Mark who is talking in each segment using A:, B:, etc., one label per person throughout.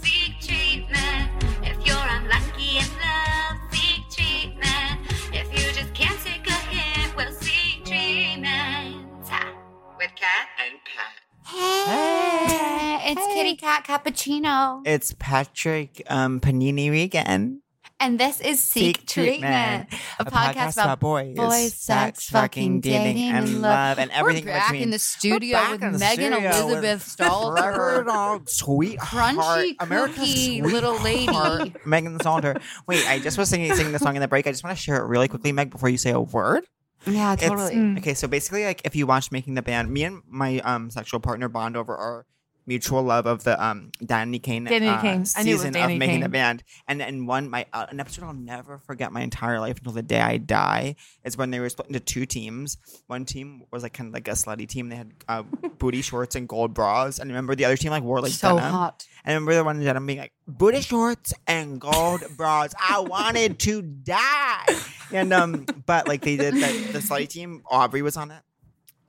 A: Seek treatment if you're unlucky in love. Seek treatment if you just can't take a hint. Well, seek treatment Ha. with Cat and Pat.
B: Hey, it's Kitty Cat Cappuccino,
C: It's Patrick um, Panini weekend.
B: and this is Seek, Treatment, a, podcast, about,
C: boys,
B: boys, sex, fucking, dating, and love,
C: love, and everything
B: We're back
C: between.
B: in the studio
C: back
B: with
C: in the
B: Megan
C: studio
B: Elizabeth
C: Forever
B: Stalter,
C: dog, sweetheart,
B: crunchy,
C: American
B: cookie little
C: sweetheart,
B: lady.
C: Megan Saunter. Wait, I just was singing, singing the song in the break. I just want to share it really quickly, Meg, before you say a word.
B: Yeah,
C: It's-
B: totally.
D: Mm.
C: Okay, so basically, like if you watch Making the Band, me and my um sexual partner bond over our mutual love of the um Danny Kane,
D: Danny
C: uh,
D: Kane. I knew it was
C: season
D: Danny
C: of Making the
D: Kane.
C: Band, and and one my uh, an episode I'll never forget my entire life until the day I die is when they were split into two teams. One team was like kind of like a slutty team. They had uh, booty shorts and gold bras, and I remember the other team like wore like
B: so
C: denim.
B: hot.
C: And I remember the one that I'm being like, booty shorts and gold bras. I wanted to die. And um, but like they did the, the slutty team, Aubrey was on it,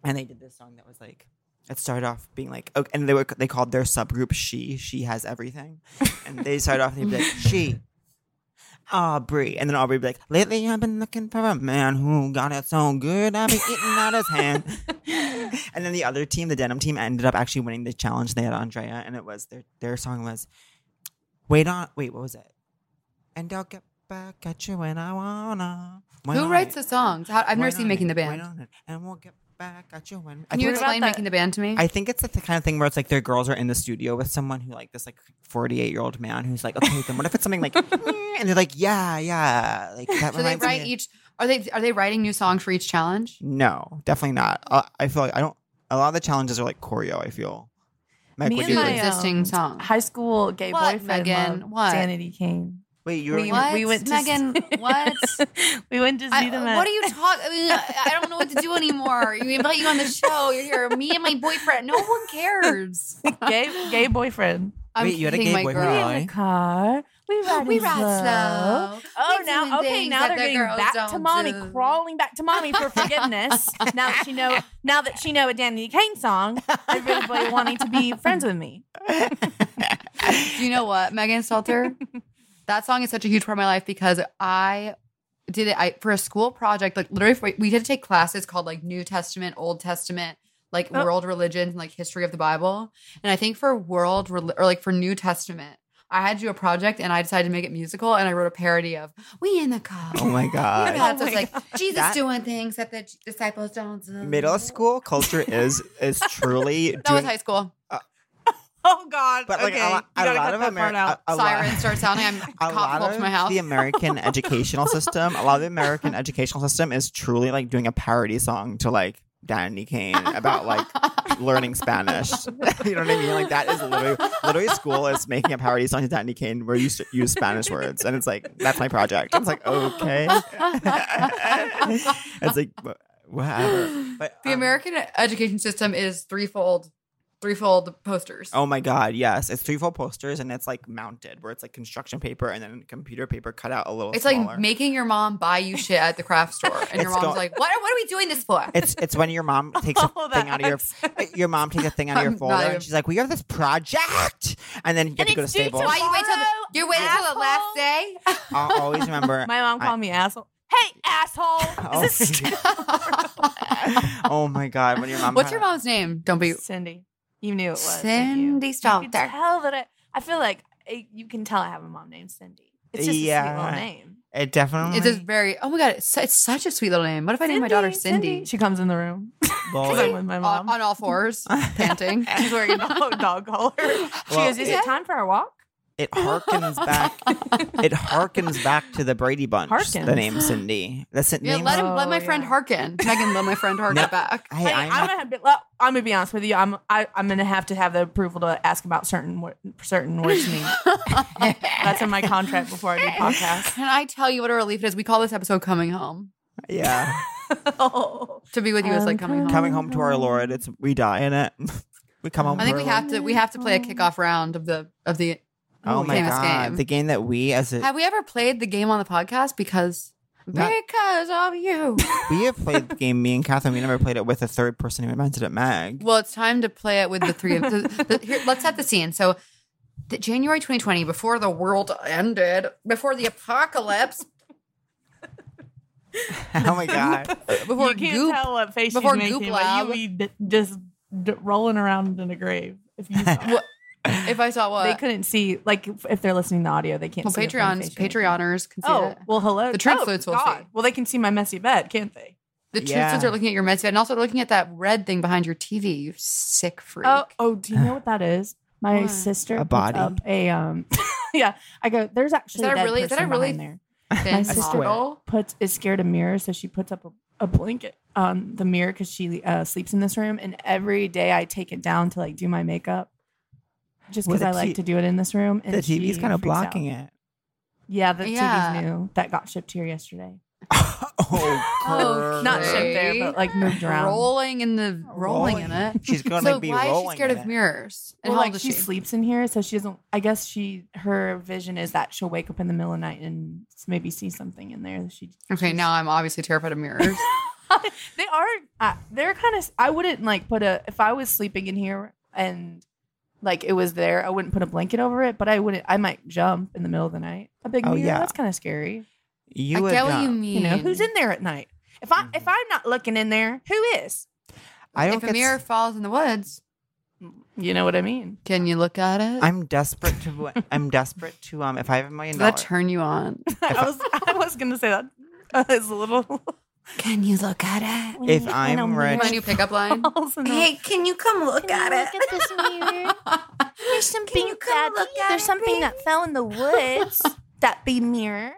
C: and they did this song that was like, it started off being like, okay, and they were they called their subgroup she. She has everything, and they started off and they'd be like she. Aubrey, and then Aubrey would be like, "Lately, I've been looking for a man who got it so good, I've been eating out his hand." and then the other team, the denim team, ended up actually winning the challenge. They had Andrea, and it was their their song was "Wait on Wait." What was it? And I'll get back at you when I wanna. When
B: Who
C: I-
B: writes the songs? How, I've
C: when
B: never seen
C: I-
B: Making the
C: when
B: Band.
C: on it, And we'll get back at you when. I
B: Can you
C: think-
D: What about
B: explain
D: that-
B: Making the Band to me?
C: I think it's the kind of thing where it's like their girls are in the studio with someone who like this like 48 year old man who's like, okay, then what if it's something like, and they're like, yeah, yeah, like that
B: so they
C: reminds
B: write
C: me.
B: each. Are they are they writing new songs for each challenge?
C: no, definitely not. I, I feel like I don't. A lot of the challenges are like choreo. I feel. Meg,
D: Me
C: would
D: and
C: you
B: New
D: my,
C: agree?
D: uh,
B: existing
D: um,
B: song.
D: High school gay
B: What,
D: boyfriend.
B: Megan?
D: loved
B: What?
D: Danny Kane.
C: Wait, you were.
D: we,
B: What?
D: we went to
B: Megan, what?
D: we went to see
B: I-
D: them.
B: what are you talking? I, mean, I I don't know what to do anymore. You invite you on the show. You're here. Me and my boyfriend. No one cares.
D: at- gay gay boyfriend?
B: I'm
C: Wait, you had a
B: kicking my
C: gay boyfriend,
B: girl.
C: Molly?
D: We in the car. We ride
B: We ride slow.
D: Oh,
B: We're doing
D: now okay.
B: things
D: Now
B: that
D: they're
B: the
D: getting
B: girls
D: back to
B: don't
D: mommy,
B: do.
D: crawling back to mommy for forgiveness. now that she know, now that she know a Danny Kane song, everybody wanting to be friends with me.
B: Do you know what, Megan Salter? that song is such a huge part of my life because I did it I, for a school project. Like literally, for, we had to take classes called like New Testament, Old Testament, like
D: Oh.
B: world religions, and like history of the Bible. And I think for world reli- or like for New Testament, I had to do a project, and I decided to make it musical, and I wrote a parody of "We in the Car."
C: Oh my
B: You
C: god.
B: know,
D: Oh
B: it's just
D: my
B: like Jesus
C: That-
B: doing things that the disciples don't do.
C: Middle school culture is is truly
B: That was
C: doing-
B: high school.
D: Oh God.
C: but like
D: okay.
C: a, lot-
D: you
C: a
D: gotta
C: lot
D: cut
C: of
D: that part
C: America,
D: out.
C: a, a lot-
B: Sirens start sounding. I'm
C: a
B: cop
C: lot
B: pulled
C: of
B: to my house.
C: the American educational system, a lot of the American educational system is truly like doing a parody song to like Danny Kane about like learning Spanish. you know what I mean? Like that is literally, literally school is making a parody song to Danny Kane where you s- use Spanish words, and it's like that's my project. It's like okay, it's like wha- whatever. But
B: The
C: um,
B: American education system is threefold, threefold posters.
C: Oh my god, yes. It's threefold posters and it's like mounted where it's like construction paper and then computer paper cut out a little
B: it's
C: smaller.
B: like making your mom buy you shit at the craft store, and your
C: It's
B: mom's
C: go-
B: like, "What? What are we doing this for?"
C: It's it's when your mom takes a
D: Oh,
C: thing out of your eh, your mom takes a thing out of
B: I'm
C: your
B: not
C: folder
B: even-
C: and she's like, "We have this project," and then you have
D: And
C: to go to
D: it's due
C: Staples.
B: Why you wait till the,
D: Tomorrow,
B: you're waiting till the last day?
C: I'll always remember.
D: My mom
C: I-
D: called me asshole. Hey, asshole.
C: Oh,
D: Is this
C: oh my god! When your mom.
B: What's
C: had-
B: your mom's name? Don't be
D: Cindy? You knew it was. didn't you?
B: Cindy
D: You
B: Stalter.
D: can tell that I, I feel like I, you can tell I have a mom named Cindy. It's just a
C: Yeah.
D: sweet little name.
C: It definitely.
B: It's just very. Oh my god! It's, su- it's such a sweet little name. What if I name my daughter Cindy?
D: She comes in the room.
C: Well,
D: Because I'm with my
B: On,
D: mom.
B: on all fours, panting. She's wearing a
D: Oh, dog collar. She
C: Well,
D: goes, Is it time for a walk?
C: it harkens back. It harkens back to the Brady Bunch. The
D: Harkens.
C: name Cindy. That's the
B: Yeah,
C: name.
B: let him. let
D: Oh,
B: my friend
D: yeah.
B: Harkin. Megan, let my friend Harkin
C: No.
B: back.
C: Hey,
D: Hey,
C: I'm,
D: I'm,
C: not-
D: gonna have to, look, I'm gonna be honest with you. I'm I, I'm gonna have to have the approval to ask about certain wor- certain words mean. That's in my contract before I do podcasts.
B: Can I tell you what a relief it is? We call this episode "Coming Home."
C: Yeah.
B: to be with you is like coming home.
C: Coming home to our Lord, it's we die in it. we come home.
B: Um, I
C: to
B: think
C: our
B: we have to we have to play a kickoff round of the of the
C: Lord. Oh my
B: famous
C: god,
B: game.
C: the game that we as a
B: Have we ever played the game on the podcast? Because
C: Not-
B: because of you.
C: we have played the game. Me and Catherine, we never played it with a third person who invented it, Meg.
B: well, it's time to play it with the three of. the- the- here, let's set the scene. So, the, January 2020, before the world ended, before the apocalypse,
C: oh my god,
B: before
E: you can't
B: goop.
E: tell what face
B: before
E: she's making,
B: Goop
E: but
B: Lab.
E: you be d- just d- rolling around in a grave. If you saw it.
B: What- if I saw what
D: they couldn't see like if they're listening to audio, they can't
B: well,
D: see the
B: Patreon's
D: presentation.
B: Patreoners can see
D: Oh,
B: it.
D: well hello.
B: The Trump
D: oh,
B: flutes will
D: God.
B: see.
D: Well they can see my messy bed, can't they?
B: The truth
C: Yeah.
B: is, are looking at your Metsy and also looking at that red thing behind your TV. You sick freak.
D: Oh, oh, do you know what that is? My
B: What?
D: sister
C: A
D: puts
C: body?
D: up a um yeah. I go, there's actually
B: that
D: a
B: a
D: dead
B: really- is that a
D: person
B: really-
D: behind there.
B: Then
D: my sister
C: swear.
B: I'll-
D: puts is scared of mirrors, so she puts up a, a blanket on the mirror because she uh, sleeps in this room. And every day I take it down to like do my makeup, just
C: Well,
D: because
C: the
D: I like
C: T-
D: to do it in this room. And
C: the TV's kind of blocking it.
D: Yeah, the
B: Yeah.
D: TV's new that got shipped here yesterday.
C: oh,
B: Oh,
C: girl.
D: Not shipped
B: Okay.
D: there, but like moved around.
B: rolling in the rolling, in it.
C: She's gonna
B: so
C: be
B: why
C: rolling.
B: is she scared
C: in
B: of
C: it.
B: mirrors? And
D: Well,
B: how
D: like
B: old is
D: she
B: she?
D: sleeps in here, so she doesn't. I guess she her vision is that she'll wake up in the middle of the night and maybe see something in there. That she
B: Okay, now I'm obviously terrified of mirrors.
D: they are uh, they're kind of i wouldn't like put a if i was sleeping in here and like it was there i wouldn't put a blanket over it but i wouldn't i might jump in the middle of the night a big
C: Oh,
D: mirror
C: yeah.
D: that's kind of scary
C: You
B: I
C: would
B: get what
C: not-
B: you mean.
D: you know who's in there at night if i
C: Mm-hmm.
D: if i'm not looking in there who is
C: I don't
B: if a
C: get
B: mirror falls in the woods,
D: you know what i mean
B: can you look at it?
C: I'm desperate to. I'm desperate to. Um, if I have a million
B: Does that
C: dollars,
B: turn you on?
D: i was i was gonna say that uh, it's a little
B: can you look at it?
C: if I'm rich,
B: My new pickup line.
D: hey
A: can you come look at it?
D: there's something
A: you come look at it, baby?
D: that fell in the woods that big mirror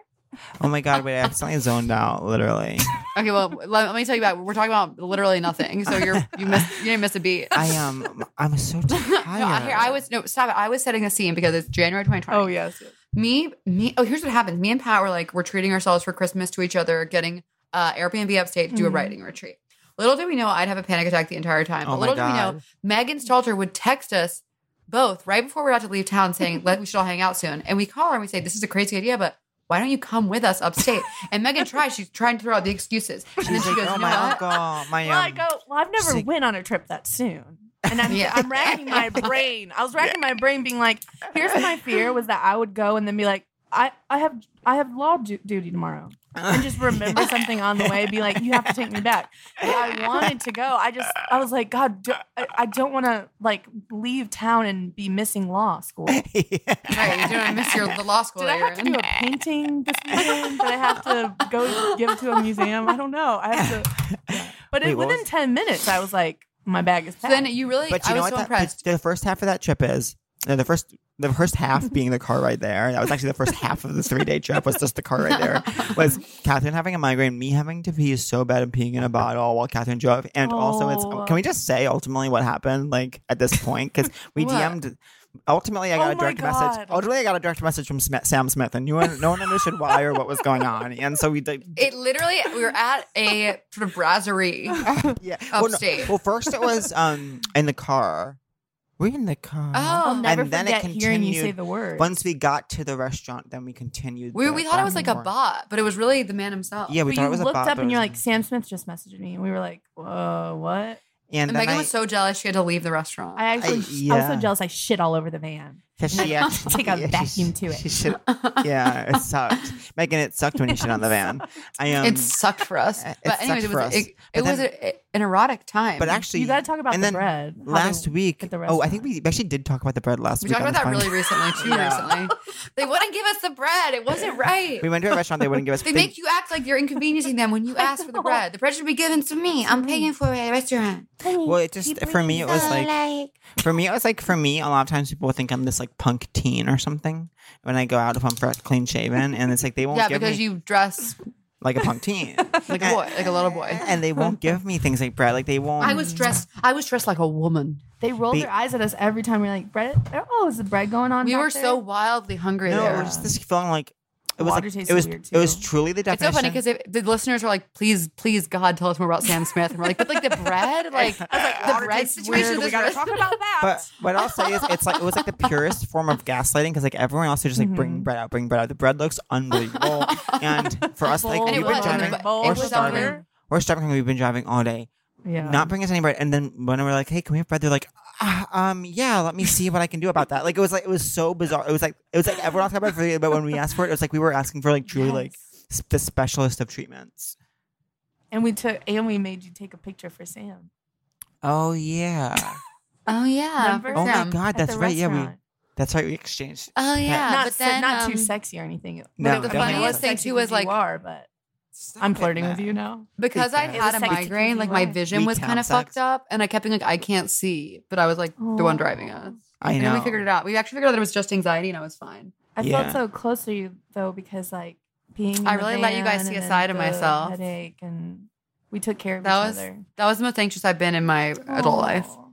C: oh my god, wait! I accidentally zoned out. Literally,
B: Okay, well, let, let me tell you about. We're talking about literally nothing. So you're you missed you didn't miss a beat.
C: I am. I'm so tired.
B: No, here I was no stop it. I was setting a scene because it's January 2020.
D: oh yes
B: me me oh here's what happened me and pat were like we're treating ourselves for christmas to each other getting uh airbnb upstate to do a
D: Mhm.
B: writing retreat little did we know i'd have a panic attack the entire time but
C: Oh my
B: little did we know
C: God.
B: megan stalter would text us both right before we are about to leave town saying let we should all hang out soon and we call her and we say this is a crazy idea but why don't you come with us upstate and megan tries she's trying to throw out the excuses and then
C: She's
B: she
C: like,
B: goes
C: oh
B: you
C: my
B: know what?
C: uncle, my
D: Well, I
C: um,
D: go, well, I've never
C: sick-
D: went on a trip that soon. And I'm,
B: Yeah.
D: I'm racking my brain. I was racking my brain being like, here's my fear was that I would go and then be like, I, I have I have law du- duty tomorrow. And just remember something on the way, be like, you have to take me back. But I wanted to go. I just, I was like, God, do, I, I don't want to like leave town and be missing law school. Did
B: right you don't miss your the law school
D: I
B: that you're
D: have to do
B: in
D: a painting this weekend? Did I have to go give to a museum? I don't know. I have to. But
C: Wait,
D: it,
C: what
D: within
C: was-
D: 10 minutes, I was like, my bag is
B: so
D: packed.
B: then you really
C: But
B: i
C: you know
B: was so
C: what? that-
B: impressed
C: the, the first half of that trip is no, the first. The first half being the car ride there. That was actually the first half of the three day trip. Was just the car ride there. Was Catherine having a migraine, me having to pee so bad and peeing in a bottle while Catherine drove, and also
D: Oh.
C: it's. Can we just say ultimately what happened? Like at this point, because we
B: What?
C: DM'd. Ultimately, I got
D: Oh
C: a
D: my
C: direct
D: God.
C: message. Ultimately, I got a direct message from Smith, Sam Smith, and you no one understood why or what was going on. And so we like,
B: it literally we were at a sort of brasserie
C: yeah. Well,
B: Upstate.
C: no, well, first it was um in the car. We're in the car.
D: I'll
B: oh
D: never
C: And then it
D: forget hearing you say
C: continued
D: the word.
C: Once we got to the restaurant, then we continued.
B: We,
C: the-
B: we thought it was
C: back
B: like
C: and
B: a
C: forth.
B: bot, but it was really the man himself.
C: Yeah, we
D: But
C: thought
D: you
C: it was a
D: looked
C: bot.
D: up
C: but
D: and
C: it
D: you're
C: was-
D: like, Sam Smith just messaged me. And we were like, whoa, what?
B: And
C: and then
B: Megan
C: I,
B: was so jealous she had to leave the restaurant.
D: I actually, I, was
C: yeah.
D: so jealous. I shit all over the van.
C: 'cause she actually-
D: Take a
C: yeah, she-
D: vacuum to
C: she
D: it.
C: should- yeah, it sucked. Megan, it sucked when you shit on the van. I um, am.
B: it sucked for us.
C: it
B: but
C: sucked
B: anyways, it
C: for
B: was
C: us.
B: it,
C: But
B: it was
C: then-
B: a, an erotic time.
C: but actually,
D: you got to talk about
C: and
D: the
C: then
D: bread. how
C: Last
D: they-
C: week,
D: at the
C: oh, I
D: restaurant.
C: think we actually did talk about the bread last
B: we
C: week.
B: talked
C: on
B: about
C: the
B: that really
C: podcast.
B: recently too.
C: Yeah.
B: Recently, they wouldn't give us the bread. It wasn't right.
C: We went to a restaurant. They wouldn't give us.
B: They make you act like you're inconveniencing them when you ask for the bread. The bread should be given to me. I'm paying for it at a restaurant.
C: Well, it just for me it was like for me it was like for me a lot of times people think I'm this like punk teen or something when I go out if I'm fresh, clean shaven and it's like they won't
B: Yeah,
C: give
B: because
C: me
B: you dress
C: like a punk teen
B: like a boy, like a little boy.
C: and they won't give me things like bread like they won't
B: I was dressed. I was dressed like a woman.
D: They rolled
C: Be-
D: their eyes at us every time. We are like, bread? Oh, is the bread going on?
B: We
D: back
B: were
D: there?
B: so wildly hungry
C: no it
B: there.
C: was just this feeling like It was
D: Water
C: like,
D: tastes
C: it was
D: weird,
C: it was
D: too.
C: truly the
B: It's so funny
C: definition.
B: because the listeners are like, please, please, God, tell us more about Sam Smith. And we're like, but like the bread, like the
C: water
B: bread
C: tastes
B: situation. of
C: weird. We
B: this
C: gotta
B: restaurant-
D: talk about that.
C: But what I'll say is, it's like it was like the purest form of gaslighting because like everyone else is just like
B: Mm-hmm.
C: bring bread out, bring bread out. The bread looks unbelievable, and for us, like
D: Bowl,
B: And it
C: we've
B: was, and
D: bowl,
C: been
B: it
C: driving,
B: was-
D: bowl,
B: it
C: we're
B: was
C: starving,
B: over.
C: we're starving. We've been driving all day,
D: yeah.
C: not bring us any bread. And then when we're like, hey, can we have bread? They're like, "Ah, um, yeah, let me see what I can do about that. Like it was like it was so bizarre. It was like it was like everyone else got bread for you, but when we asked for it, it was like we were asking for like truly like s- the specialist of treatments.
D: and we took and we made you take a picture for Sam.
C: Oh yeah.
B: Oh yeah.
D: Remember?
B: for
C: Oh my
B: Sam.
C: god,
D: at
C: that's
D: the
C: right. Yeah, we
D: restaurant.
C: that's right. We exchanged.
B: Oh yeah.
D: not,
B: but
D: se-
B: then
D: not too
B: um,
D: sexy or anything. But
C: No,
D: it was
C: definitely
D: funny.
C: wasn't.
B: Funniest thing, too, was, like-
D: you are, but I'm flirting with you now.
B: because I
D: It
B: had
D: was
B: a
D: sexy
B: migraine, like
D: thinking
B: my
D: about it.
B: vision
C: We
B: was
C: count
B: kind of
C: sex.
B: fucked up, and I kept being like, I can't see, but I was like the one driving us.
C: I
B: And then
C: know.
B: we figured it out. We actually figured out that it was just anxiety, and I was fine.
D: I
C: Yeah.
D: felt so close to you though because like being. in
B: I
D: the
B: really let you guys
D: van
B: see
D: and
B: a
D: then
B: side of
D: the
B: myself.
D: Headache and we took care of
B: That
D: each
B: was
D: other.
B: that was the most anxious I've been in my
D: Oh.
B: adult life.
D: Aw.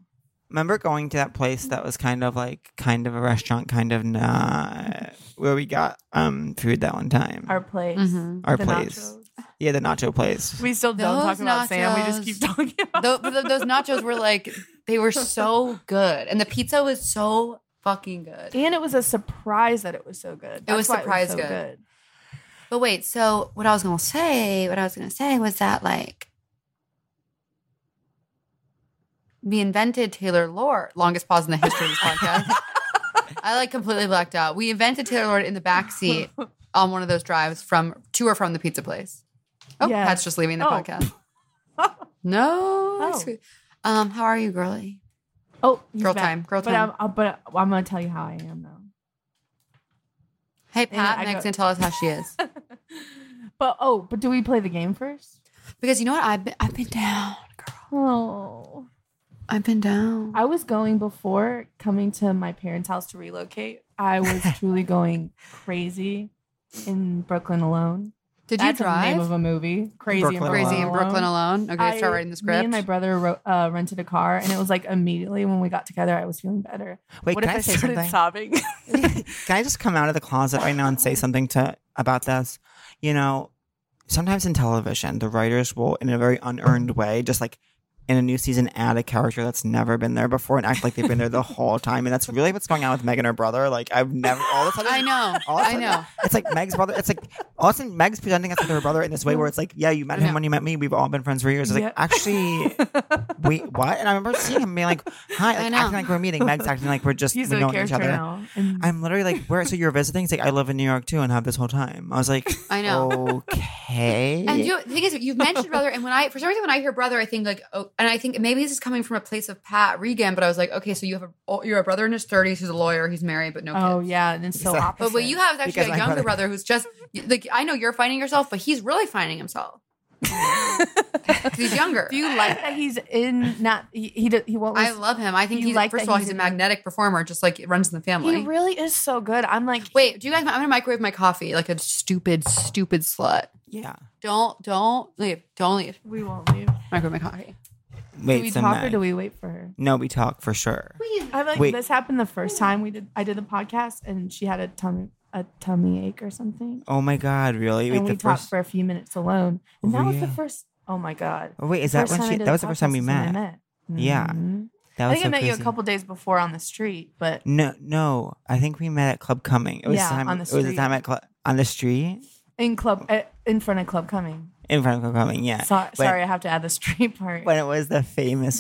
C: Remember going to that place that was kind of like kind of a restaurant, kind of not where we got um food that one time.
D: Our place.
B: Mhm.
C: Our
D: The
C: place.
D: nachos.
C: Yeah, the nacho place.
D: We still don't
B: Those
D: talk about Sam. We just
B: nachos.
D: keep talking about.
B: Tho- but th- those nachos were like they were so good, and the pizza was so fucking good.
D: and it was a surprise that it was so good. That's
B: was
D: why
B: surprise
D: so
B: good. But wait, so what I was gonna say, what I was gonna say was that like we invented Taylor Lord. Longest pause in the history of this podcast. I like completely blacked out. We invented Taylor Lord in the backseat on one of those drives from to or from the pizza place. Oh,
D: Yes.
B: Pat's just leaving the
D: Oh.
B: podcast. No. that's good. Um, how are you, girly?
D: Oh, he's
B: Girl
D: back.
B: time, girl
D: but
B: time.
D: I'm, uh, but I'm gonna tell you how I am though.
B: Hey
D: Yeah,
B: Pat,
D: I
B: Meg's
D: go-
B: gonna tell us how she is.
D: But oh, but do we play the game first?
B: Because you know what? I've been I've been down, girl.
D: Oh,
B: I've been down.
D: I was going before coming to my parents' house to relocate. I was truly going crazy in Brooklyn alone.
B: Did you
D: That's the
B: drive?
D: name of a movie. Crazy in
C: Brooklyn
D: Brooklyn
B: Crazy in
D: Alone.
B: Brooklyn alone. Okay,
D: I-
B: start writing the script.
D: Me and my brother wrote, uh, rented a car, and it was like immediately when we got together, I was feeling better.
C: Wait,
D: what
C: can
D: if
C: I,
D: I,
C: say
D: started
C: something?
D: sobbing?
C: Can I just come out of the closet right now and say something to about this? You know, sometimes in television, the writers will, in a very unearned way, just like in a new season, add a character that's never been there before and act like they've been there the whole time. And that's really what's going on with Meg and her brother. Like I've never all of a sudden
B: I know.
C: All of
B: I
C: a sudden-
B: know.
C: It's like Meg's brother. It's like all of a sudden Meg's presenting us with her brother in this way where it's like, yeah, you met
B: I know.
C: him when you met me. We've all been friends for years. It's
D: Yeah.
C: like actually, we what? And I remember seeing him being like, hi,
B: I
C: like
B: know.
C: acting like we're meeting. Meg's acting like we're just
D: He's
C: we
D: a
C: know each
D: character
C: other.
D: now. And
C: I'm literally like, where? So you're visiting? He's like, I live in New York too, and have this whole time. I was like,
B: I know.
C: okay.
B: And you, the thing is, you've mentioned brother, and when I, for some reason, when I hear brother, I think like, oh, and I think maybe this is coming from a place of Pat Regan, but I was like, okay, so you have a, oh, you're a brother in his thirties who's a lawyer, he's married, but no kids.
D: oh yeah, and it's so
C: He's like-
D: opposite.
B: But what you have is actually
C: Because
B: a
C: my
B: younger
C: brother-
B: brother who's just like, I know you're finding yourself, but he's really finding himself 'Cause he's younger.
D: Do you like that he's in? Not he. He, d- he won't.
B: I
D: listen-
B: love him. I think
D: you
B: he's
D: like
B: first of
D: that
B: all,
D: he's
B: he's a
D: in-
B: magnetic performer, just like it runs in the family.
D: He really is so good. I'm like,
B: Wait, do you guys? I'm gonna microwave my coffee like a stupid, stupid slut.
C: yeah.
B: Don't, don't leave. Don't leave.
D: we won't leave.
B: Microwave my coffee.
C: Wait,
D: do we
C: so
D: talk or
C: Meg-
D: do we wait for her?
C: No, we talk for sure.
D: I'm like,
C: Wait.
D: this happened the first time we did. I did the podcast, and she had a tummy a tummy ache or something,
C: Oh my god, really?
D: and
C: Wait,
D: we
C: the
D: talked
C: first.
D: for a few minutes alone. And that was the
C: Yeah.
D: first. Oh my god!
C: Oh, wait, is that
D: First
C: when
D: time I
C: she?
D: did
C: That was the first time we
D: podcast is when I
C: met. Yeah.
D: Mhm.
C: That
D: I
C: was
D: think
C: so
D: I met you a
C: crazy.
D: couple days before on the street, but
C: No, no. I think we met at Club Coming. It was
D: Yeah,
C: the time,
D: on the
C: It was the
D: street.
C: time at Club on the street
D: in club uh, in front of club coming.
C: in front of Club Coming. Yeah.
D: So,
C: When-
D: sorry, I have to add the street part.
C: When it was the famous,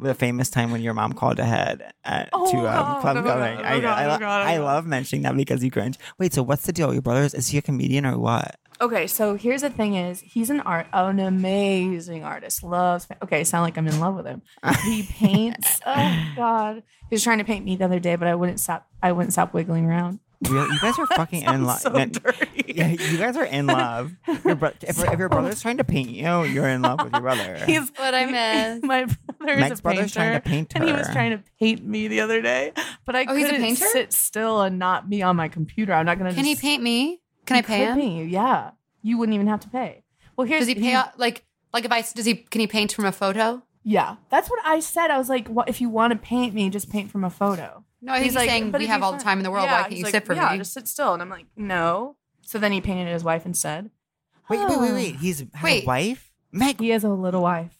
C: the famous time when your mom called ahead at,
D: Oh,
C: to um,
D: God,
C: Club
D: oh, God,
C: Coming.
D: oh,
C: I,
D: God,
C: I,
D: oh,
C: lo-
D: God, oh,
C: I
D: God.
C: love mentioning that because you cringe. Wait, so what's the deal? Your brother is, is he a comedian or what?
D: Okay, so here's the thing: is he's an art, an amazing artist. Loves. Okay, sound like I'm in love with him. He paints. oh God, he was trying to paint me the other day, but I wouldn't stop. I wouldn't stop wiggling around.
C: Really? You guys are fucking in love.
D: So
C: No,
D: dirty.
C: yeah, you guys are in love. Your bro- if, if your brother's trying to paint you, you're in love with your brother.
D: He's
B: What I miss.
D: my brother is
C: Meg's
D: a
C: brother's
D: painter,
C: trying to paint
D: and he was
C: her.
D: trying to paint me the other day. But I
B: Oh, he's a
D: couldn't
B: painter?
D: sit still and not be on my computer. I'm not gonna.
B: Can he
D: just,
B: paint me? Can I
D: He
B: pay
D: could
B: him?
D: paint you? Yeah, you wouldn't even have to pay. Well, here's
B: Does he pay out like like if I does he can he paint from a photo?
D: Yeah, that's what I said. I was like, "What if you want to paint me? Just paint from a photo."
B: No, I think Oh, he's, saying
D: "But
B: we
D: it'd
B: have
D: be
B: all the
D: fun."
B: time in the world.
D: Yeah,
B: Why can't
D: he's
B: you
D: like,
B: sit for
D: yeah,
B: me?
D: Just sit still. And I'm like, no. So then he painted his wife instead.
C: Wait, wait, wait, wait. He's had
B: Wait.
C: a wife? Meg.
D: He has a little wife.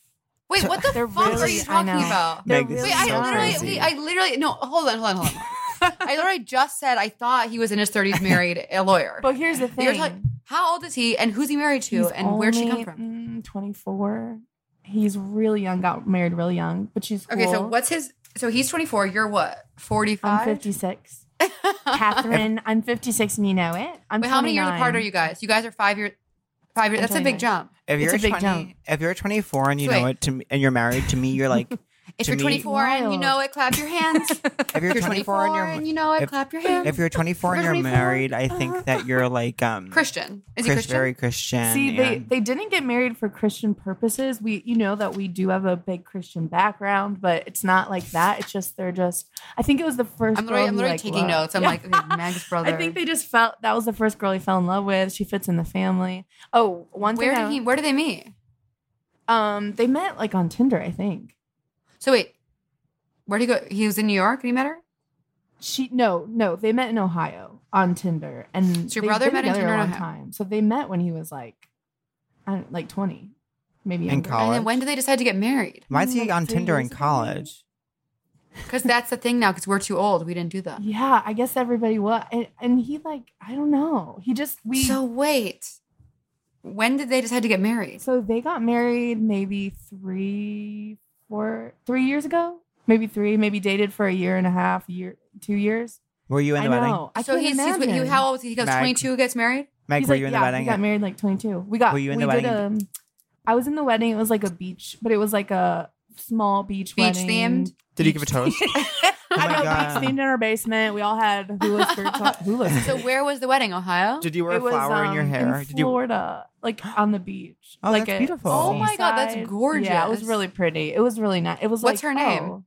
B: Wait, what the
D: They're
B: fuck are
D: really-
B: you
D: I
B: talking
D: know.
B: about?
D: They're
C: Meg, this
B: Wait,
C: is
B: I
C: so
B: literally,
C: crazy.
B: wait, I literally, no, hold on, hold on, hold on. I literally just said I thought he was in his 30s, married a lawyer.
D: But here's the thing.
B: You're like, How old is he, and who's he married to,
D: He's
B: and where'd she come
D: only,
B: from?
D: mm, 24. He's really young, got married really young, but she's
B: Okay, so
D: cool.
B: what's his? So he's 24. You're what?
D: I'm
B: 45.
D: 56. Catherine, I'm 56 and you know it. I'm
B: Wait, how many years
D: 29.
B: apart are you guys? You guys are five years. Five years.
D: I'm
B: That's a big
D: 29.
B: jump.
C: If
D: It's
C: you're
D: a big
C: 20,
D: jump.
C: if you're 24 and you know
B: Wait.
C: it to me, and you're married to me, you're like
B: If
C: To
B: you're
C: me-
B: 24 and you
D: Wild.
B: know it, clap your hands. if
C: if you're
B: you're
C: 24 and you're
B: and you know it,
C: if-
B: clap your hands.
C: if you're 24 and
B: If you're
C: you're
B: 24.
C: married, I
D: Uh-huh.
C: think that you're like um
B: Christian. Is he
C: Chris-
B: Christian?
C: very Christian.
D: See, they,
C: and-
D: they didn't get married for Christian purposes. We you know that we do have a big Christian background, but it's not like that. It's just they're just I think it was the 1st
B: I'm literally,
D: girl
B: I'm
D: he,
B: literally
D: like,
B: taking notes.
D: loved.
B: I'm
D: Yeah.
B: like, okay, Meg's brother.
D: I think they just felt that was the first girl he fell in love with. She fits in the family. Oh, one
B: where
D: thing
B: did
D: I-
B: he? Where did they meet?
D: um they met like on Tinder, I think.
B: So wait, where would he go? He was in New York and he met her.
D: She no, no, they met in Ohio on Tinder, and
B: So your
D: they've
B: brother
D: been
B: met in
D: together
B: Tinder
D: a
B: in
D: long
B: Ohio.
D: time. So they met when he was like, I don't, like twenty, maybe
C: In
D: younger.
C: college.
B: And then when did they decide to get married?
C: Why is he
D: like
C: on
D: three
C: Tinder in
D: years ago,
C: college?
B: Because that's the thing now. Because we're too old. We didn't do that.
D: Yeah, I guess everybody was, and, and he like I don't know. He just we
B: So
D: so,
B: wait, when did they decide to get married?
D: they got married maybe three, four, three years ago, maybe three, maybe dated for a year and a half, year, two years.
C: Were you in
D: I
C: the
D: know.
C: wedding?
D: I
B: so
D: can't
B: he's, he's
D: imagine.
B: you, how old is he? He goes
C: Mag.
B: 22, gets married.
C: Meg,
D: He's
C: were
D: like,
C: you in
D: yeah,
C: the
D: We
C: wedding?
D: got married like 22. We got.
C: Were you in
D: we
C: the
D: Did, um,
C: wedding?
D: I was in the wedding. It was like a beach, but it was like a small beach,
B: Beach
D: wedding.
B: themed?
C: Did you give a toast?
D: I
C: Oh my
D: know,
C: God.
D: beach themed in our basement. We all had hula skirts. on- hula skirts.
B: So where was the wedding? Ohio.
C: Did you wear a
D: It was,
C: flower in your
D: um,
C: hair? Did you
D: Florida, like on the beach.
C: Oh,
D: like
C: that's
D: a
C: beautiful. Oh
B: my God, that's
D: seaside.
B: gorgeous.
D: Yeah, it was really pretty. It was really nice. It was
B: What's
D: like,
B: her name?
D: oh,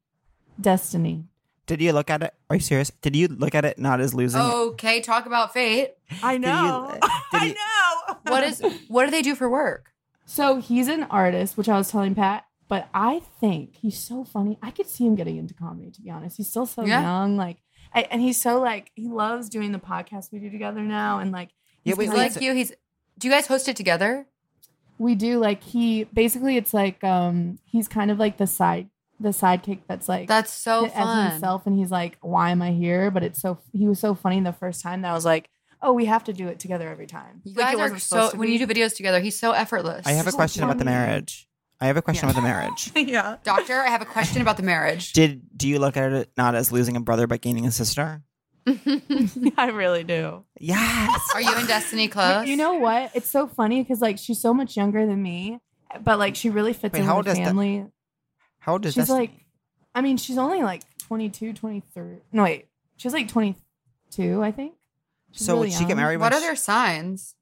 D: Destiny.
C: did you look at it? Are you serious? Did you look at it not as losing?
B: Okay, talk about fate.
D: I
C: Did you-
D: know.
C: did
D: Oh, I
C: you-
D: know.
B: What is? what do they do for work?
D: So he's an artist, which I was telling Pat, but I think he's so funny. I could see him getting into comedy, to be honest. He's still so
B: Yeah.
D: young. Like, I, and he's so like, he loves doing the podcast we do together now. And like,
C: Yeah,
D: he's
C: wait,
B: He's
D: kinda
C: wait,
B: like you. He's. Do you guys host it together?
D: we do like he basically it's like um he's kind of like the side the sidekick that's like
B: That's so
D: as
B: fun.
D: himself and he's like why am i here but it's so he was so funny the first time that i was like oh we have to do it together every time
B: You guys
D: Like, it
B: are
D: wasn't supposed
B: so.
D: to
B: When
D: be.
B: you do videos together, he's so effortless.
C: I have a question about the
D: funny.
C: marriage. I have a question
B: Yeah.
C: about the marriage.
E: yeah.
B: Doctor, I have a question about the marriage.
C: Did do you look at it not as losing a brother but gaining a sister?
D: i really do
C: Yes.
B: Are you in Destiny Close?
D: you know what it's so funny because like she's so much younger than me but like she really fits
C: Wait,
D: in
C: how
D: the
C: old is that-
D: family
C: How old is
D: She's
C: Destiny?
D: like- i mean she's only like 22 23 no wait she's like 22 i think She's
C: so
D: really
C: would she get
D: young.
C: married? when
B: What are
C: she-
B: their signs?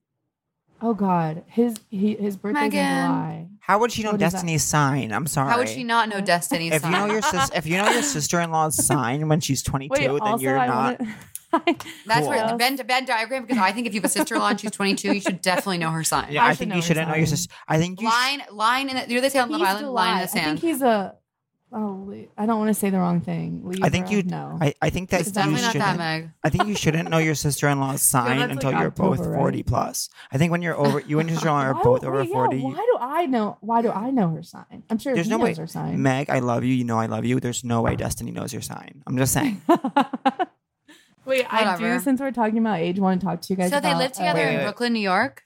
D: oh god his he, his birthday's
B: Megan.
D: in july
C: How would she know
D: What is that?
C: Destiny's sign? I'm sorry.
B: How would she not know Destiny's
C: If you know
B: sign?
C: your sis- if you know your sister-in-law's sign when she's 22, then you're not.
D: wanna-
B: That's
C: Cool.
B: where Venn Venn diagram because I think if you have a sister in law and she's 22, you should definitely know her sign.
C: Yeah,
D: I
C: I,
D: should
C: think
D: know
C: you
D: her
C: shouldn't know your
D: sign.
C: sister. I think you. sh-
B: Line, line in the, you know they say on Love
D: He's
B: Island, line in
D: July.
B: the sand.
D: I think he's a. Oh, Li- I don't want to say the wrong thing. Libra.
C: I think you.
D: know.
C: I, I think that
B: it's
C: you
B: definitely not that,
C: shouldn't.
B: Meg.
C: I think you shouldn't know your sister-in-law's sign
D: that's
C: until
D: like
C: you're both
D: October, right?
C: 40 plus. I think when you're over, you and your sister-in-law are both over 40.
D: why do I know? Why do I know her sign? I'm sure
C: There's
D: he
C: no
D: knows
C: way.
D: her sign.
C: Meg, I love you. You know I love you. There's no way Destiny knows your sign. I'm just saying.
D: Wait, I
B: Whatever.
D: do. Since we're talking about age, want to talk to you guys.
B: So they
D: about,
B: live together
D: uh,
C: Wait,
B: in
C: wait.
B: Brooklyn, New York.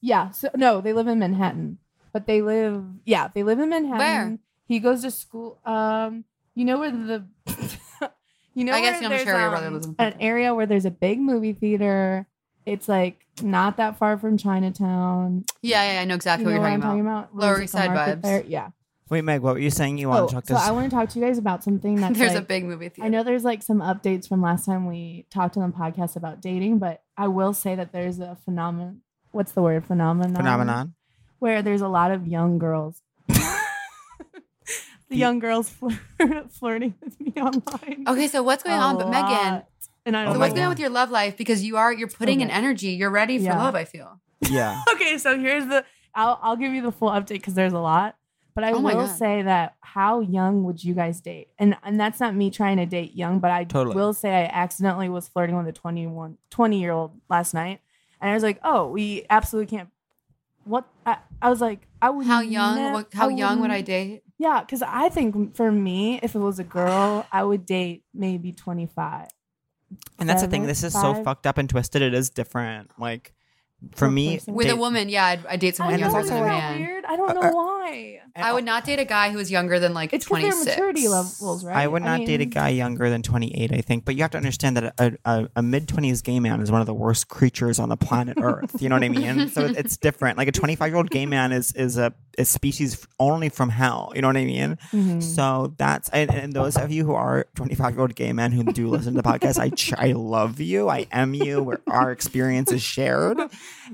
D: Yeah. So no, they live in Manhattan, but they live. Yeah, they live in Manhattan.
B: Where?
D: he goes to school? Um, you know where the. you know,
B: I guess you
D: where
B: don't
D: there's,
B: share your brother
D: um,
B: lives in
D: an
B: Brooklyn.
D: area where there's a big movie theater. It's like not that far from Chinatown.
B: Yeah, yeah, I know exactly
D: you know
B: what you're
D: I'm
B: talking about.
D: talking about.
B: Lower
D: Rosa
B: East Side
D: Market
B: vibes.
D: there. Yeah.
C: Wait, Meg, what were you saying? You want
D: Oh,
C: to talk to?
D: so I want to talk to you guys about something that's
B: There's
D: like,
B: a big movie theater.
D: I know there's like some updates from last time we talked on the podcast about dating, but I will say that there's a phenomenon. What's the word? Phenomenon.
C: phenomenon.
D: Where there's a lot of young girls.
E: The young girls flirt, flirting with me online.
B: Okay, so what's going
D: A
B: on? But Megan,
D: lot. And I
C: Oh
D: don't
B: so
C: my
B: what's going on
C: God.
B: with your love life? Because you are you're putting in
D: Okay.
B: energy. You're ready for
D: Yeah.
B: love. I feel.
C: Yeah.
D: okay, so here's the I'll I'll give you the full update because there's a lot. But I
B: Oh my
D: will
B: God.
D: say that how young would you guys date? And and that's not me trying to date young, but I
C: Totally.
D: will say I accidentally was flirting with a 21 20 year old last night. And I was like, oh, we absolutely can't. What I, I was like, I would.
B: How young?
D: ne-
B: what, how young would I
D: n-
B: date?
D: Yeah, because I think for me, if it was a girl, I would date maybe twenty five.
C: And that's the thing.
D: Seven,
C: This is so
D: five.
C: fucked up and twisted. It is different. Like for
D: Per
C: me,
D: person.
B: With a
C: date-
B: woman, yeah, I'd, I'd date someone
C: And
D: I
B: younger
D: Oh, know
C: that's
D: it's
B: than a
C: also-
D: not
B: man.
D: weird. I don't know
C: Uh, uh,
D: why.
C: and
B: I would not date a guy who was younger than like
D: It's because
B: twenty
D: their
B: six.
D: maturity levels, right?
C: I would not date a
D: mean,
C: guy younger than 28, I think. But you have to understand that a, a, a mid 20s gay man is one of the worst creatures on the planet Earth. You know what I mean? So it- it's different. Like a 25 year old gay man is is a, a species only from hell. You know what I mean?
E: Mm.
D: Mm-hmm.
C: So that's and, and those of you who are 25 year old gay men who do listen to the podcast, I ch- I love you. I am you. Where our experience is shared.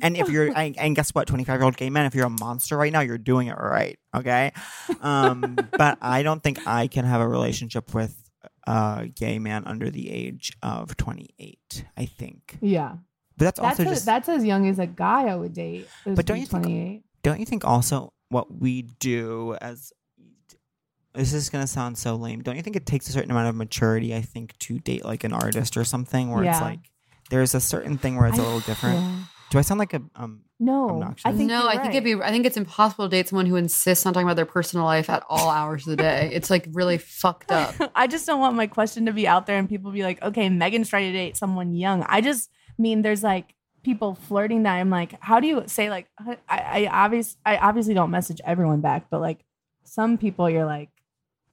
C: And if you're and, and guess what, 25 year old gay man, if you're a monster right now, you're doing it right. Okay. Um, but I don't think I can have a relationship with a gay man under the age of 28. I think.
E: Yeah.
C: But that's,
E: That's
C: also
E: as,
C: just
E: that's as young as a guy I would date.
C: But don't you think-
E: twenty eight?
C: don't you think also what we do as this is going to sound so lame don't you think it takes a certain amount of maturity i think to date like an artist or something where it's
E: Yeah.
C: like there's a certain thing where it's a little different do i sound like a um
D: No,
C: Obnoxious.
D: I think
B: no,
D: you're
B: I think
D: right.
B: it'd be. I think it's impossible to date someone who insists on talking about their personal life at all hours of the day. It's like really fucked up.
D: I just don't want my question to be out there and people be like, okay, Megan's trying to date someone young. I just mean there's like people flirting that I'm like, how do you say like I, I obvious I obviously don't message everyone back, but like some people you're like,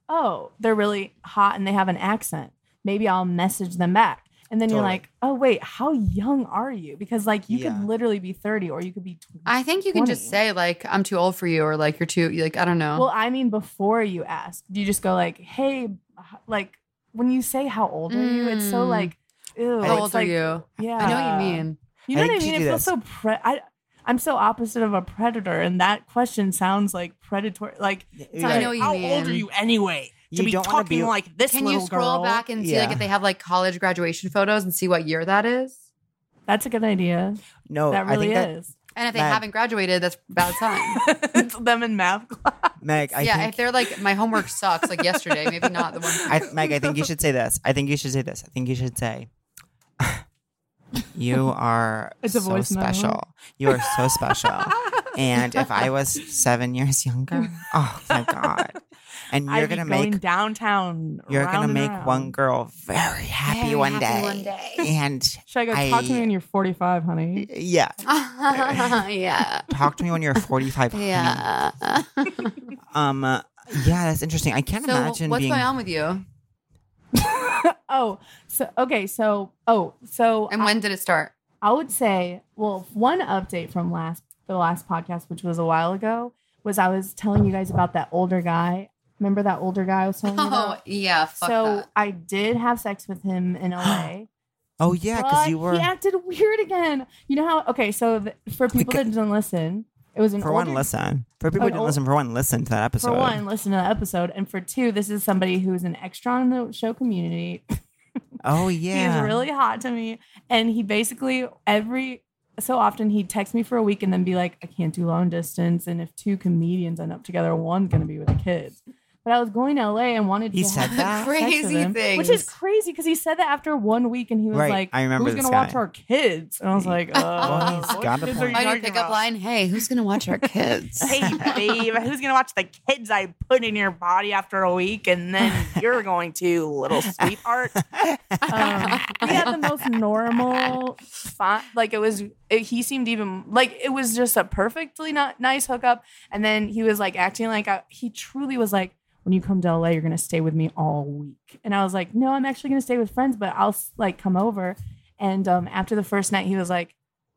D: oh, they're really hot and they have an accent. Maybe I'll message them back. And then you're
C: Totally.
D: like, oh wait, how young are you? Because like you
C: Yeah.
D: could literally be 30 or you could be 20.
B: I think you can just
D: 20.
B: say like I'm too old for you, or like you're too like I don't know.
D: Well, I mean, before you ask, you just go like, "Hey," h- like when you say how old are you, it's so
B: Mm.
D: like, "Ew."
C: How
B: how
D: it's
B: old
D: like-
B: are you?
D: Yeah,
B: I know what you mean.
D: You
C: I
D: know what I
C: think you
D: mean? It
C: do
D: feels
C: this.
D: so pre. I, I'm so opposite of a predator, and that question sounds like predatory. Like,
C: you,
B: I know what you
E: How
B: mean.
E: old are you anyway? To
C: You
E: be
C: don't wanna
E: talking
C: be-
E: like this
B: Can you
E: little
B: scroll
E: girl.
B: back and see like
C: Yeah.
B: if they have like college graduation photos and see what year that is?
D: that's a good idea.
C: no
D: that
C: Oh, i
D: really
C: think
D: is.
B: And if they
C: Meg.
B: haven't graduated, that's bad sign.
D: it's them in math class.
C: that meg i
B: yeah,
C: think
B: if they're like my homework sucks, like yesterday, maybe not the one.
C: I, Meg, I think you should say this. I think you should say this. I think you should say, "You are
E: It's a
C: so
E: voice memo.
C: special. You are so special." and if I was seven years younger, oh my god! And you're
D: I'd be
C: gonna
D: going
C: make
D: downtown.
C: you're
D: round
C: gonna
D: and
C: make
D: round.
C: one girl very happy,
B: Very
C: one,
B: happy
C: day.
B: one day.
C: And
E: Should I go talk to
C: I-
E: me when you're 45, honey?
C: yeah,
B: yeah.
C: talk to me when you're 45. honey.
B: Yeah.
C: Um. uh, yeah, that's interesting. I can't
B: So what's
C: imagine being.
B: going on with you?
D: oh, so okay, so oh, so
B: And when did it start?
D: I would say, well, one update from last the last podcast, which was a while ago, was I was telling you guys about that older guy. Remember that older guy I was telling you
B: Oh
D: about?
B: yeah, fuck
D: so
B: that.
D: I did have sex with him in LA.
C: oh yeah, because
D: but
C: you were
D: he acted weird again. You know how? Okay, so th- for people that didn't listen, it was an
C: for one
D: older-
C: listen. For people who
D: an
C: didn't
D: old-
C: listen, for one listen to that episode.
D: For one, listen to the episode, and for two, this is somebody who is an extra in the show community.
C: Oh yeah.
D: He's really hot to me. And he basically every so often he'd text me for a week and then be like, I can't do long distance. And if two comedians end up together, one's gonna be with the kids. But I was going to LA and wanted
C: He
D: to
C: said
D: have
C: that?
D: sex with
B: Crazy
D: him,
B: things.
D: Which is crazy because he said that after one week and he was
C: Right,
D: like,
C: I remember
D: Who's
C: this
D: gonna watch
C: guy."
D: our kids? And I was like, uh,
C: Well, he's
E: what
C: got a
E: kids
C: point.
E: are
B: I
E: you
B: do pick up
E: talking
B: line. Hey, who's gonna watch our kids?
E: about? Hey, babe, who's gonna watch the kids I put in your body after a week, and then you're going to, little sweetheart?
D: um, we had the most normal fun. Like it was, it, he seemed even like it was just a perfectly not nice hookup. And then he was like acting like I, he truly was like, when you come to LA, you're gonna stay with me all week. And I was like, no, I'm actually gonna stay with friends, but I'll like come over. And um, after the first night, he was like,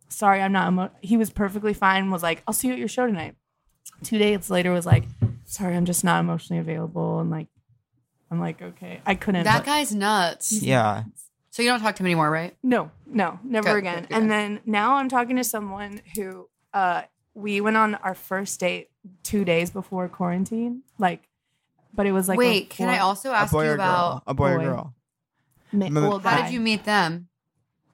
D: sorry, I'm not. Emo-. He was perfectly fine. Was like, I'll see you at your show tonight. Two days later, was like, sorry, I'm just not emotionally available. And like, I'm like, okay, I couldn't.
B: that
D: but-
B: guy's nuts.
C: Yeah.
B: So you don't talk to him anymore, right?
D: No, no, never
B: Good,
D: again.
B: good, good.
D: And then now I'm talking to someone who uh, we went on our first date two days before quarantine. Like, but it was like
B: Wait, can I also ask you about
C: A boy or
D: boy.
C: girl.
D: Ma-
C: Remember-
D: well,
B: how
D: guy.
B: did you meet them?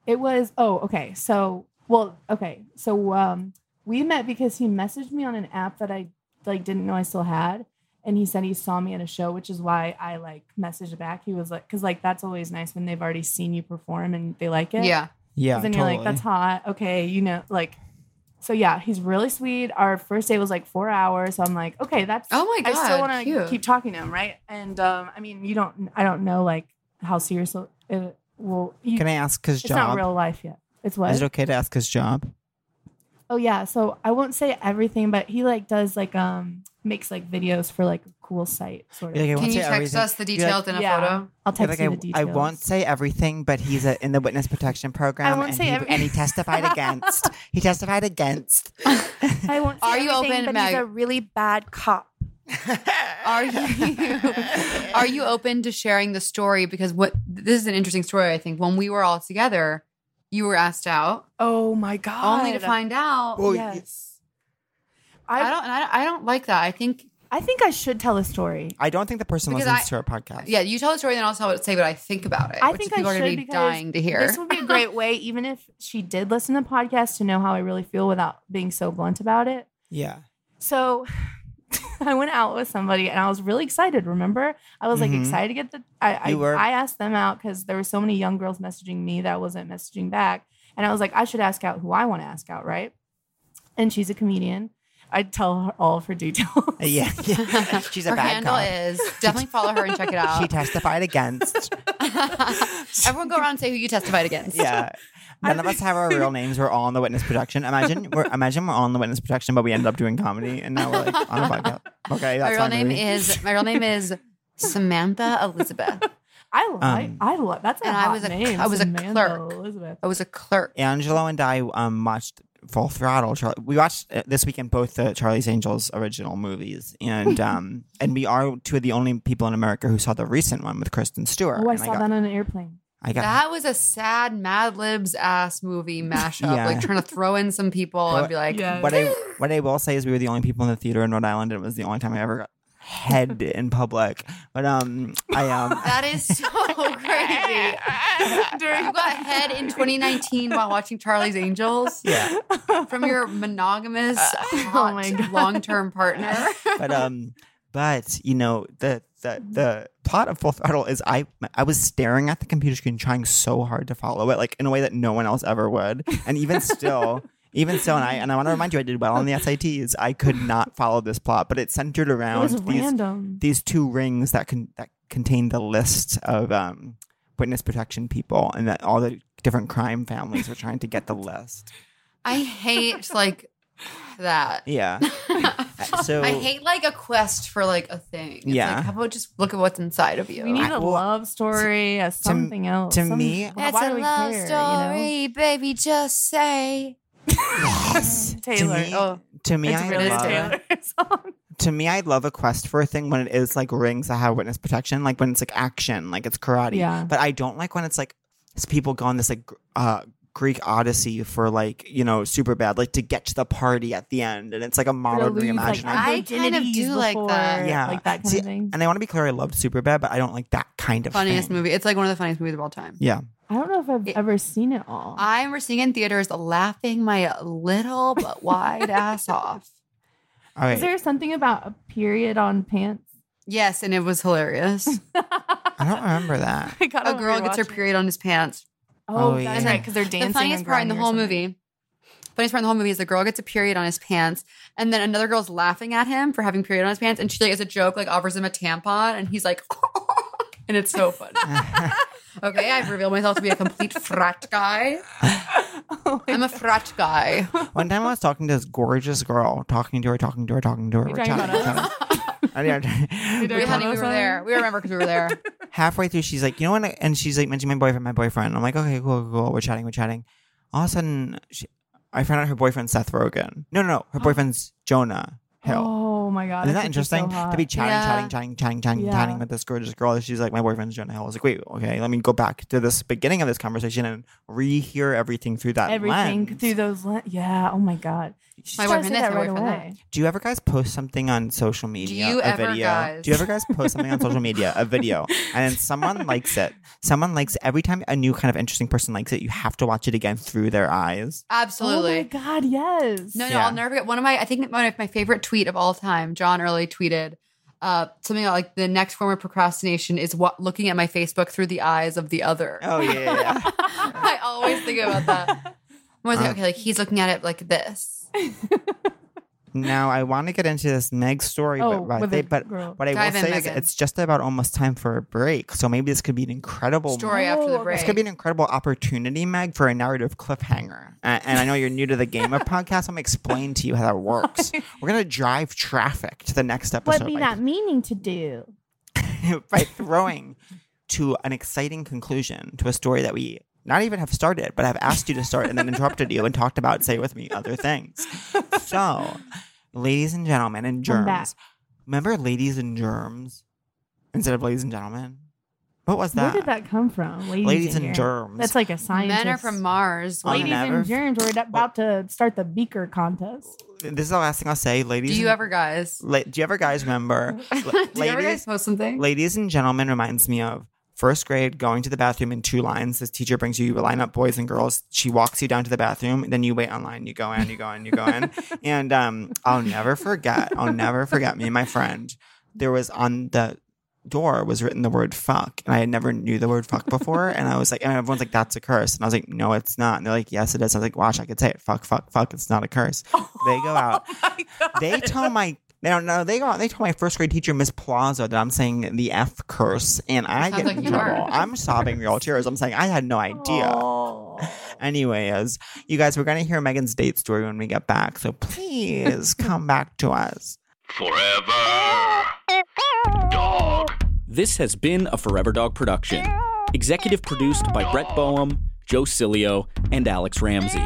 D: It was oh okay. So well okay. So um, we met because he messaged me on an app that I like didn't know I still had, and he said he saw me at a show, which is why I like messaged back. He was like, because like that's always nice when they've already seen you perform and they like it.
B: Yeah.
C: Yeah.
D: 'Cause then
C: totally.
D: you're like, that's hot. Okay, you know, like, so yeah, he's really sweet. Our first date was like four hours, so I'm like, okay, that's.
B: Oh my
D: I still
B: God,
D: want to
B: cute.
D: keep talking to him, right? And um, I mean, you don't. I don't know like how serious it will. You,
C: Can I ask his
D: it's
C: job?
D: not real life yet. It's what?
C: Is it okay to ask his job?
D: oh yeah. So I won't say everything, but he like does like um makes like videos for like a cool site sort of.
C: Be like, I
B: Can
C: won't
B: you
C: say
B: text
C: everything.
B: us the
C: Be like,
B: details in a
D: yeah.
B: photo?
D: I'll
C: Yeah,
D: text
C: like,
D: you
C: I,
D: the details.
C: I won't say everything, but he's a, in the witness protection program.
D: won't
C: and
D: say
C: he,
D: every-
C: and he testified against. He testified against.
D: I won't. Say
B: Are you
D: everything,
B: open,
D: But
B: Meg?
D: he's a really bad cop.
B: Are you are you open to sharing the story? Because what this is an interesting story. I think when we were all together, you were asked out
D: Oh my god.
B: only to find out.
C: Well,
D: yes.
B: Oh, I don't. and I, I don't like that. I think
D: I think I should tell a story.
C: I don't think the person
B: Because
C: listens
B: I-
C: to our podcast.
B: yeah. You tell the story, then I'll tell what to say. But I think about it.
D: I
B: which
D: think I
B: people are going
D: should
B: to be
D: because
B: dying to hear.
D: This would be a great way, even if she did listen to the podcast, to know how I really feel without being so blunt about it.
C: Yeah.
D: So I went out with somebody and I was really excited. Remember, I was like
C: Mhm.
D: excited to get the. I I,
C: You were.
D: I asked them out because there were so many young girls messaging me that I wasn't messaging back, and I was like, I should ask out who I want to ask out, right? And she's a comedian. I'd tell her all of her details.
C: Yeah. She's a
B: her
C: bad
B: handle
C: cop.
B: is definitely follow her and check it
C: She
B: out.
C: testified against.
B: Everyone go around and say who you testified against.
C: yeah. None of us have our real names. We're all on the witness protection. Imagine we're imagine we're all on the witness protection, but we ended up doing comedy, and now we're like on a podcast. Okay,
B: My
C: that's
B: real
C: our
B: name
C: movie.
B: is my real name is Samantha Elizabeth.
D: I love.
C: Um,
D: I love. That's a
B: and I
D: hot
B: was a cl-
D: name.
B: I was a
D: Samantha
B: clerk.
D: Elizabeth.
B: I was a clerk.
C: Angelo and I um, watched Full Throttle. Char- we watched uh, this weekend both the Charlie's Angels original movies, and um, and we are two of the only people in America who saw the recent one with Kristen Stewart.
D: Oh, I
C: and
D: saw
C: got,
D: that on an airplane.
C: I got
B: That was a sad Mad Libs ass movie mashup.
C: Yeah.
B: Like trying to throw in some people and be like,
D: Yeah.
C: what I what I will say is we were the only people in the theater in Rhode Island, and it was the only time I ever got head in public. But um, I um.
B: that is so crazy. you got head in 2019 while watching Charlie's Angels
C: Yeah,
B: from your monogamous,
D: Oh my God.
B: long term partner.
C: but um, but you know the the
D: Mm-hmm.
C: the plot of Full Throttle is I I was staring at the computer screen trying so hard to follow it like in a way that no one else ever would, and even still. Even still, and I and I want to remind you, I did well on the SATs. I could not follow this plot, but it's centered
D: It
C: around
D: was
C: these
D: random.
C: these two rings that can that contain the list of um, witness protection people and that all the different crime families were trying to get the list.
B: I hate like that.
C: Yeah. Uh, so
B: I hate like a quest for like a thing. It's
C: Yeah.
B: Like, how about just look at what's inside of you?
D: We need a
C: well,
D: love story, a something else.
C: to
D: some-
C: me-
D: why do we care, You know?
B: baby. Just say.
C: yes.
D: Taylor,
C: To me,
D: oh,
C: to me
D: it's
C: I
D: really
C: love
D: Taylor song.
C: to me I love a quest for a thing when it is like rings that have witness protection, like when it's like action, like it's karate.
D: Yeah.
C: But I don't like when it's like it's people go on this like gr- uh Greek odyssey for like, you know, super bad, like to get to the party at the end and it's like a modern
D: Lose, like,
C: reimagining.
B: I kind of
D: identities
B: do like that.
D: before,
C: Yeah.
D: like that kind
C: See,
D: of thing.
C: And I want to be clear, I loved Superbad, but I don't like that kind of
B: Funniest
C: thing.
B: movie. It's like one of the funniest movies of all time.
C: Yeah,
D: I don't know if I've
B: It-
D: ever seen it all.
B: I remember seeing it in theaters, laughing my little but wide ass off.
C: all right.
D: Is there something about a period on pants?
B: Yes, and it was hilarious.
C: I don't remember that.
D: I gotta
B: A girl gets her
D: rewatch it.
B: period on his pants.
D: Oh,
C: Oh,
D: that's
C: yeah.
D: right, because they're dancing.
B: the funniest
D: and
B: part in the
D: grinding or
B: whole
D: something.
B: movie. Funniest part in the whole movie is the girl gets a period on his pants, and then another girl's laughing at him for having period on his pants, and she like as a joke like offers him a tampon, and he's like, and it's so funny. okay, I've revealed myself to be a complete frat guy. I'm a frat guy.
C: One time I was talking to this gorgeous girl, talking to her, talking to her, talking to her. We're
D: talking
C: chatting, chatting. I don't know.
B: We, honey, we
D: Thomas
B: were
D: on?
B: there. We remember because we were there.
C: Halfway through, she's like, you know what? And she's like, mentioning my boyfriend, my boyfriend. I'm like, okay, cool, cool, cool. We're chatting, we're chatting. All of a sudden, she, I found out her boyfriend's Seth Rogen. No, no, no. Her boyfriend's Jonah Hill.
D: Oh my god,
C: Isn't
D: that
C: that
D: picture's so
C: interesting to
D: hot.
C: be chatting,
B: Yeah.
C: chatting, chatting, chatting, chatting,
D: Yeah.
C: chatting with this gorgeous girl? She's like, my boyfriend's Jonah Hill. I was like, wait, okay, let me go back to this beginning of this conversation and rehear everything through that
D: everything
C: lens.
D: through those lens. Yeah. Oh my god. You should
B: My
D: try to
B: boyfriend
D: say
B: this,
D: that
B: my
D: right
B: boyfriend that.
D: away.
C: Do you ever guys post something on social media?
B: you
C: a
B: ever
C: video?
B: guys?
C: Do you ever guys post something on social media? A video, and then someone likes it. Someone likes every time a new kind of interesting person likes it. You have to watch it again through their eyes.
B: Absolutely.
D: Oh my god, yes.
B: No, no,
C: Yeah.
B: I'll never forget one of my. I think one of my favorite tweet of all time. John Early tweeted, uh, something like the next form of procrastination is what looking at my Facebook through the eyes of the other.
C: Oh yeah, yeah, yeah.
B: I always think about that. I'm always like,
C: Uh.
B: okay, like he's looking at it like this.
C: now I want to get into this Meg story,
D: Oh,
C: but, but,
D: with
C: they,
D: a
C: but
D: girl.
C: what I
B: Dive
C: will
B: in,
C: say is
B: Megan.
C: it's just about almost time for a break. So maybe this could be an incredible
B: Story after the
D: Oh,
B: break.
C: This could be an incredible opportunity, Meg, for a narrative cliffhanger. Uh, and I know you're new to the game of podcasts. I'm going to explain to you how that works. We're going to drive traffic to the next
D: What
C: episode
D: be
C: by,
D: not meaning to do.
C: by throwing to an exciting conclusion to a story that we not even have started, but have asked you to start and then interrupted you and talked about, say with me, other things. So, ladies and gentlemen, and
D: I'm back.
C: germs. Remember ladies and germs instead of ladies and gentlemen? What was
D: Where
C: that?
D: did that come from? Ladies,
C: ladies and
D: germs.
C: germs.
D: That's like a scientist.
B: Men are from Mars.
C: Well,
D: Ladies
B: woman.
D: and
C: never-
D: germs. We're about to start the beaker contest.
C: this is the last thing I'll say, ladies.
B: Do you
C: and-
B: ever, guys?
C: La- do you ever guys remember?
B: Do
C: la-
B: you ever guys
C: ladies,
B: post something?
C: ladies and gentlemen reminds me of first grade going to the bathroom in two lines. This teacher brings you, you line up boys and girls. She walks you down to the bathroom. Then you wait online. You go in, you go in, you go in. and um, I'll never forget. I'll never forget me and my friend. There was on the door was written the word fuck and I had never knew the word fuck before and I was like and everyone's like that's a curse and I was like no it's not and they're like yes it is I was like watch I could say it fuck fuck fuck it's not a curse
B: Oh
C: they go out
E: my God.
C: they tell my no no they go they tell my first grade teacher Miss Plaza that I'm saying the F curse and I
B: Sounds
C: get
B: like
C: in
B: you were.
C: trouble. I'm sobbing real tears. I'm saying I had no idea. Anyways, you guys, we're gonna hear Megan's date story when we get back. So please come back to us.
F: Forever. Dog.
G: This has been a Forever Dog production. Executive produced by Brett Boehm, Joe Cilio, and Alex Ramsey.